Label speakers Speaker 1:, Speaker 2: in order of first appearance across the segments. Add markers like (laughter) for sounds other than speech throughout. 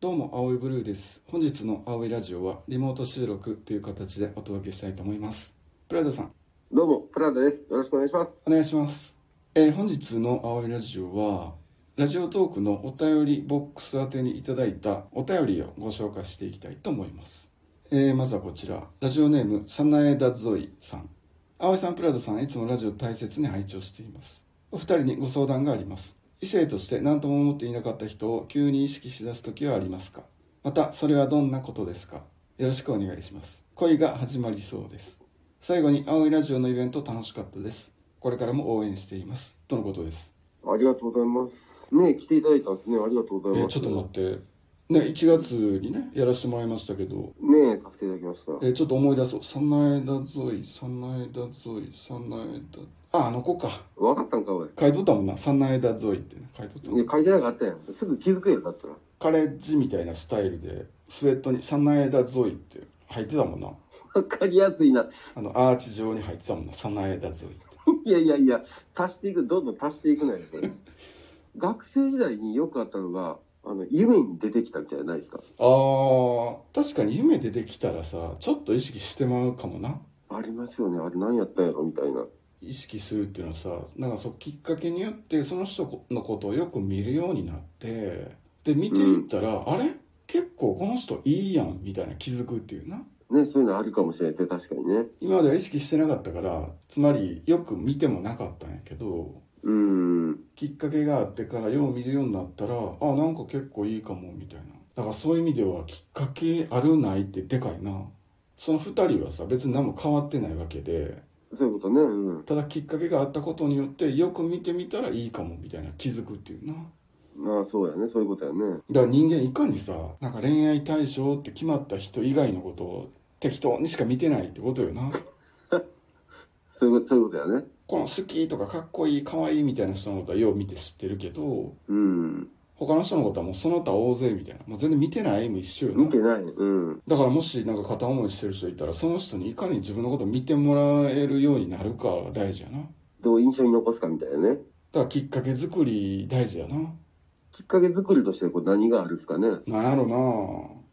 Speaker 1: どうも青いブルーです本日の青いラジオはリモート収録という形でお届けしたいと思いますプラダさん
Speaker 2: どうも、プラダです。よろしくお願いします。
Speaker 1: お願いします、えー本日の青いラジオはラジオトークのお便りボックス宛てにいただいたお便りをご紹介していきたいと思います、えーまずはこちらラジオネームサナエダゾイさん青井さんプラダさんいつもラジオ大切に拝聴していますお二人にご相談があります異性として何とも思っていなかった人を急に意識しだす時はありますかまたそれはどんなことですかよろしくお願いします恋が始まりそうです最後に青いラジオのイベント楽しかったですこれからも応援していますとのことです
Speaker 2: ありがとうございます。ねえ来ていただいたんですね。ありがとう
Speaker 1: え
Speaker 2: ござい
Speaker 1: ー
Speaker 2: ます。
Speaker 1: ちょっと待ってね1月にねやらせてもらいましたけど
Speaker 2: ねえ、させていただきました。
Speaker 1: えーちょっと思い出そう「さなえだぞいさなえだぞいさなえだ」ああの子か
Speaker 2: わかったんか、おい。
Speaker 1: 書いとったもんな「さなえだぞい」って、ね、書いとったもん
Speaker 2: ね書いてなかったやん。すぐ気づくやん、だったら。
Speaker 1: カレッジみたいなスタイルでスウェットに「さなえだぞい」って入ってたもんな
Speaker 2: わかりやすいな。 (laughs)
Speaker 1: あのアーチ状に入ってたもんな「さなえだぞい」
Speaker 2: いやいやいや、足していく、どんどん足していくのよ、 (laughs) これ。学生時代によくあったのが、あの、夢に出てきたみたいじゃないですか。
Speaker 1: あー確かに夢出てきたらさちょっと意識してまうかもな
Speaker 2: ありますよね。あれ何やったんやろ、みたいな。
Speaker 1: 意識するっていうのはさなんかそうきっかけによってその人のことをよく見るようになってで見ていったら、あれ結構この人いいやんみたいな気づくっていうな
Speaker 2: ね、そういうのあるかもしれないですね、確かにね。
Speaker 1: 今までは意識してなかったからつまりよく見てもなかったんやけど
Speaker 2: うーん。
Speaker 1: きっかけがあってからよう見るようになったらあなんか結構いいかもみたいなだからそういう意味ではきっかけあるないってでかいなその2人はさ別に何も変わってないわけで
Speaker 2: そういうことね。うん。
Speaker 1: ただきっかけがあったことによってよく見てみたらいいかもみたいな気づくっていうな
Speaker 2: まあ、そうやね。そういうことやね。
Speaker 1: だから人間いかにさなんか恋愛対象って決まった人以外のことを適当にしか見てないってことよな
Speaker 2: そういうこと、そういうことやね。
Speaker 1: この好きとかかっこいいかわいいみたいな人のことはよう見て知ってるけど
Speaker 2: うん。
Speaker 1: 他の人のことはもうその他大勢みたいなもう全然見てないも一緒よな
Speaker 2: 見てない。うん。
Speaker 1: だからもしなんか片思いしてる人いたらその人にいかに自分のことを見てもらえるようになるかが大事やなだ
Speaker 2: どう印象に残すかみたいなね。
Speaker 1: からきっかけ作り大事やな
Speaker 2: きっかけ作りとしてこう何があるんですかね。
Speaker 1: なんやろな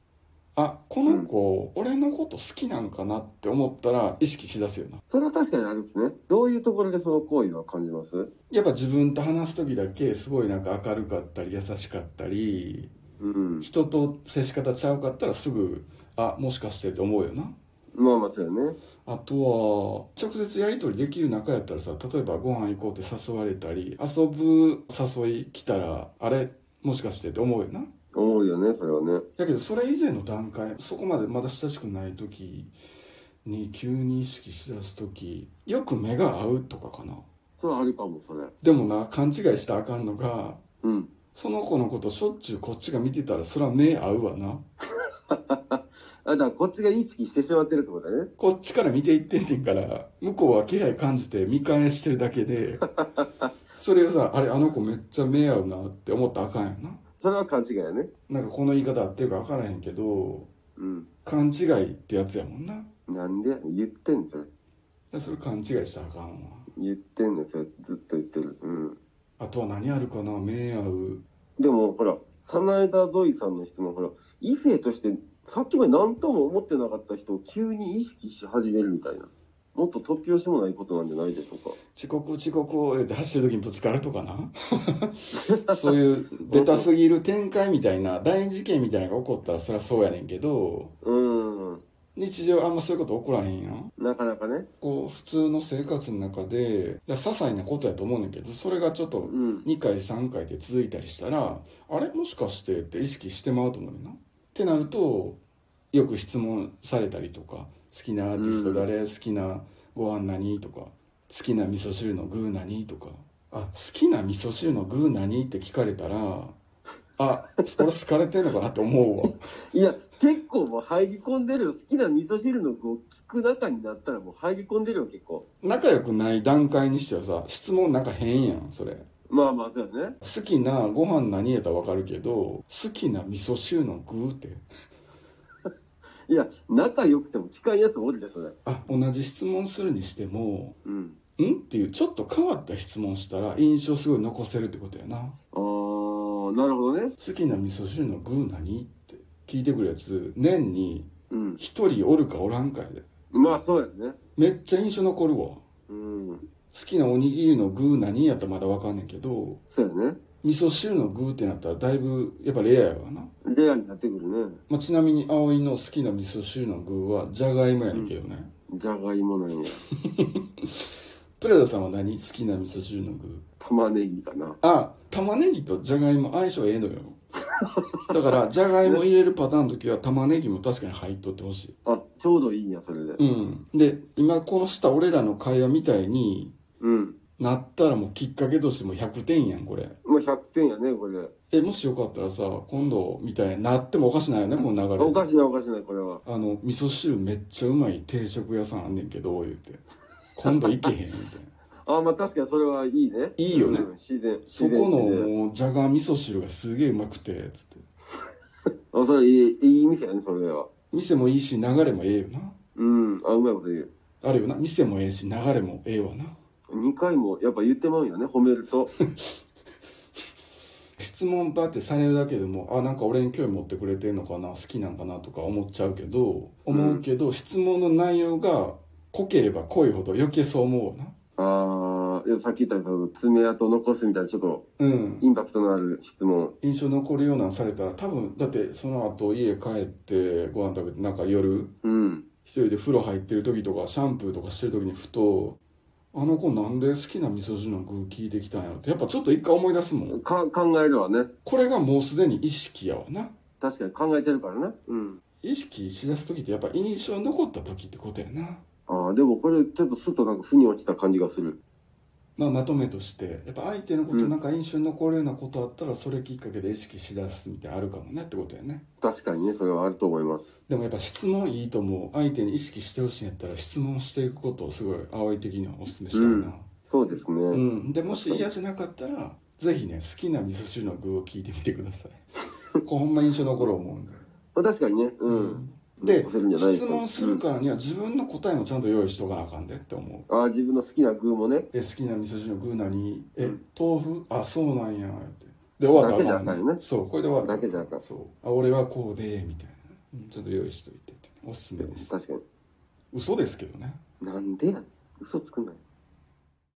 Speaker 1: あこの子、俺のこと好きなんかなって思ったら意識しだすよな
Speaker 2: それは確かにあるんですね。どういうところでその行為は感じます
Speaker 1: やっぱ自分と話す時だけすごいなんか明るかったり優しかったり
Speaker 2: うん。
Speaker 1: 人と接し方ちゃうかったらすぐあもしかしてって思うよな
Speaker 2: まあまあそうよね。
Speaker 1: あとは直接やり取りできる仲やったらさ例えばご飯行こうって誘われたり遊ぶ誘い来たらあれもしかしてって思うよな
Speaker 2: 思うよね、それはね。
Speaker 1: だけどそれ以前の段階そこまでまだ親しくない時に急に意識しだす時よく目が合うとかかな
Speaker 2: それはあるかも、それ。
Speaker 1: でもな勘違いしたらあかんのが
Speaker 2: うん。
Speaker 1: その子のことしょっちゅうこっちが見てたらそら目合うわな
Speaker 2: あ、だからこっちが意識してしまってるってことだね。
Speaker 1: こっちから見ていってんねんから向こうは気配感じて見返してるだけでそれをさあれあの子めっちゃ目合うなって思ったらあかんよな
Speaker 2: それは勘違いやね。
Speaker 1: なんかこの言い方合ってるか分からへんけど
Speaker 2: うん。
Speaker 1: 勘違いってやつやもんなだか
Speaker 2: なんで言ってんの、それ。
Speaker 1: らそれ勘違いしたらあかんわ
Speaker 2: 言ってんの、それ。ずっと言ってる。うん。
Speaker 1: あとは何あるかな目合う
Speaker 2: でも、ほら、サナエダゾイさんの質問、ほら、異性として、さっきまで何とも思ってなかった人を急に意識し始めるみたいな。もっと突拍子もないことなんじゃないでしょうか。
Speaker 1: 遅刻遅刻を言って走ってる時にぶつかるとかなそういうベタすぎる展開みたいな大事件みたいなのが起こったらそりゃそうやねんけど
Speaker 2: うーん。
Speaker 1: 日常あんまそういうこと起こらへんやん
Speaker 2: なかなかね。
Speaker 1: こう普通の生活の中でいや些細なことやと思うねんだけどそれがちょっと
Speaker 2: うん。
Speaker 1: 2回3回で続いたりしたらあれもしかしてって意識してまうと思うねんな。ってなるとよく質問されたりとか好きなアーティスト誰、好きなご飯何とか好きな味噌汁の具何とかあ好きな味噌汁の具何って聞かれたらあ俺好かれてんのかなって思うわ。 (laughs)
Speaker 2: いや、結構もう入り込んでるよ。好きな味噌汁の具を聞く中になったらもう入り込んでるよ、結構。
Speaker 1: 仲良くない段階にしてはさ質問なんか変やんそれ。
Speaker 2: まあまあ、そうよね。
Speaker 1: 好きなご飯何やったらわかるけど好きな味噌汁の具って
Speaker 2: いや、仲良くても聞かんやつもおるで、それ。
Speaker 1: あ同じ質問するにしても
Speaker 2: うん。
Speaker 1: 「ん?」っていうちょっと変わった質問したら印象すごい残せるってことやな
Speaker 2: あー、なるほどね。
Speaker 1: 好きな味噌汁の具何って聞いてくるやつ年に
Speaker 2: うん。
Speaker 1: 一人おるかおらんかやで
Speaker 2: まあ、そうやね。
Speaker 1: めっちゃ印象残るわ好
Speaker 2: うん。
Speaker 1: きなおにぎりの具何やったらまだわかんねんけど
Speaker 2: そうやね。
Speaker 1: 味噌汁の具ってなったらだいぶやっぱレアやわな、
Speaker 2: レアになってくるね。
Speaker 1: まあ、ちなみに葵の好きな味噌汁の具はじゃがいもやねんけどね、
Speaker 2: じゃがいもなんや。
Speaker 1: プラダさんは何好きな味噌汁の具
Speaker 2: 玉ねぎかな。
Speaker 1: あ玉ねぎとじゃがいも相性ええのよだからじゃがいも入れるパターンの時は玉ねぎも確かに入っとってほしい
Speaker 2: あ、ちょうどいいんや、それで。
Speaker 1: うんで今このした俺らの会話みたいに
Speaker 2: うん。
Speaker 1: なったらもうきっかけとしてもう100点やんこれ
Speaker 2: まあ、100点やね、これ。
Speaker 1: えもしよかったらさ今度みたいになってもおかしないよねこの流れ
Speaker 2: おかしない、おかしない、これは。
Speaker 1: あの味噌汁めっちゃうまい定食屋さんあんねんけど言うて今度行けへんみたい
Speaker 2: (laughs)
Speaker 1: な
Speaker 2: あ、まあ、確かにそれはいいね。
Speaker 1: いいよね
Speaker 2: うん自然。
Speaker 1: そこ
Speaker 2: 自然
Speaker 1: の
Speaker 2: 自然
Speaker 1: もうじゃが味噌汁がすげえうまくてつって
Speaker 2: あ、それいい、いい店やね、それは。
Speaker 1: 店もいいし流れもええよな
Speaker 2: うん。あ、うまいこと言う。
Speaker 1: あるよな店もええし流れもええわな
Speaker 2: 2回もやっぱ言ってまうんやね、褒めると。
Speaker 1: 質問ばってされるだけでもあなんか俺に興味持ってくれてんのかな好きなんかなとか思っちゃうけど思うけど、質問の内容が濃ければ濃いほど余計そう思うわな
Speaker 2: ああ、いやさっき言ったその爪痕残すみたいな、ちょっと
Speaker 1: うん
Speaker 2: インパクトのある質問。
Speaker 1: 印象残るようなんされたら多分だってその後家帰ってご飯食べてなんか夜
Speaker 2: うん。
Speaker 1: 一人で風呂入ってる時とかシャンプーとかしてる時にふと「あの子なんで好きな味噌汁の具聞いてきたんやろ」ってやっぱちょっと一回思い出すもん
Speaker 2: か、考えるわね。
Speaker 1: これがもうすでに意識やわな
Speaker 2: 確かに考えてるからね。うん。
Speaker 1: 意識しだす時ってやっぱ印象に残った時ってことやな、
Speaker 2: ああ、でもこれちょっとスッとなんか腑に落ちた感じがする。
Speaker 1: まあ、まとめとしてやっぱ相手のこと
Speaker 2: うん
Speaker 1: なんか印象に残るようなことあったらそれきっかけで意識しだすみたいなのあるかもねってことやね
Speaker 2: 確かにね、それはあると思います。
Speaker 1: でもやっぱ質問いいと思う相手に意識してほしいんやったら質問していくことをすごい青い的にはおすすめしたいな
Speaker 2: そうですね。
Speaker 1: うん、でもし嫌じゃなかったらぜひね好きな味噌汁の具を聞いてみてくだ
Speaker 2: (laughs)
Speaker 1: さいこうほんま印象残る思うんで
Speaker 2: まあ、確かにね。うん。
Speaker 1: で
Speaker 2: 残せるんじゃないです
Speaker 1: 質
Speaker 2: か
Speaker 1: 問するからには自分の答えもちゃんと用意しとかなあかんでって思う
Speaker 2: ああ、自分の好きな具もね。
Speaker 1: え好きな味噌汁の具何え、豆腐あそうなんやってで終わったらあかん
Speaker 2: だけじゃあかんよね
Speaker 1: そうこれで終わったら
Speaker 2: だけじゃあかん
Speaker 1: そうあ俺はこうでみたいなうんちょっと用意しといてっておすすめです
Speaker 2: 確か
Speaker 1: 嘘ですけどね
Speaker 2: に。なんでやねん嘘つくなよ。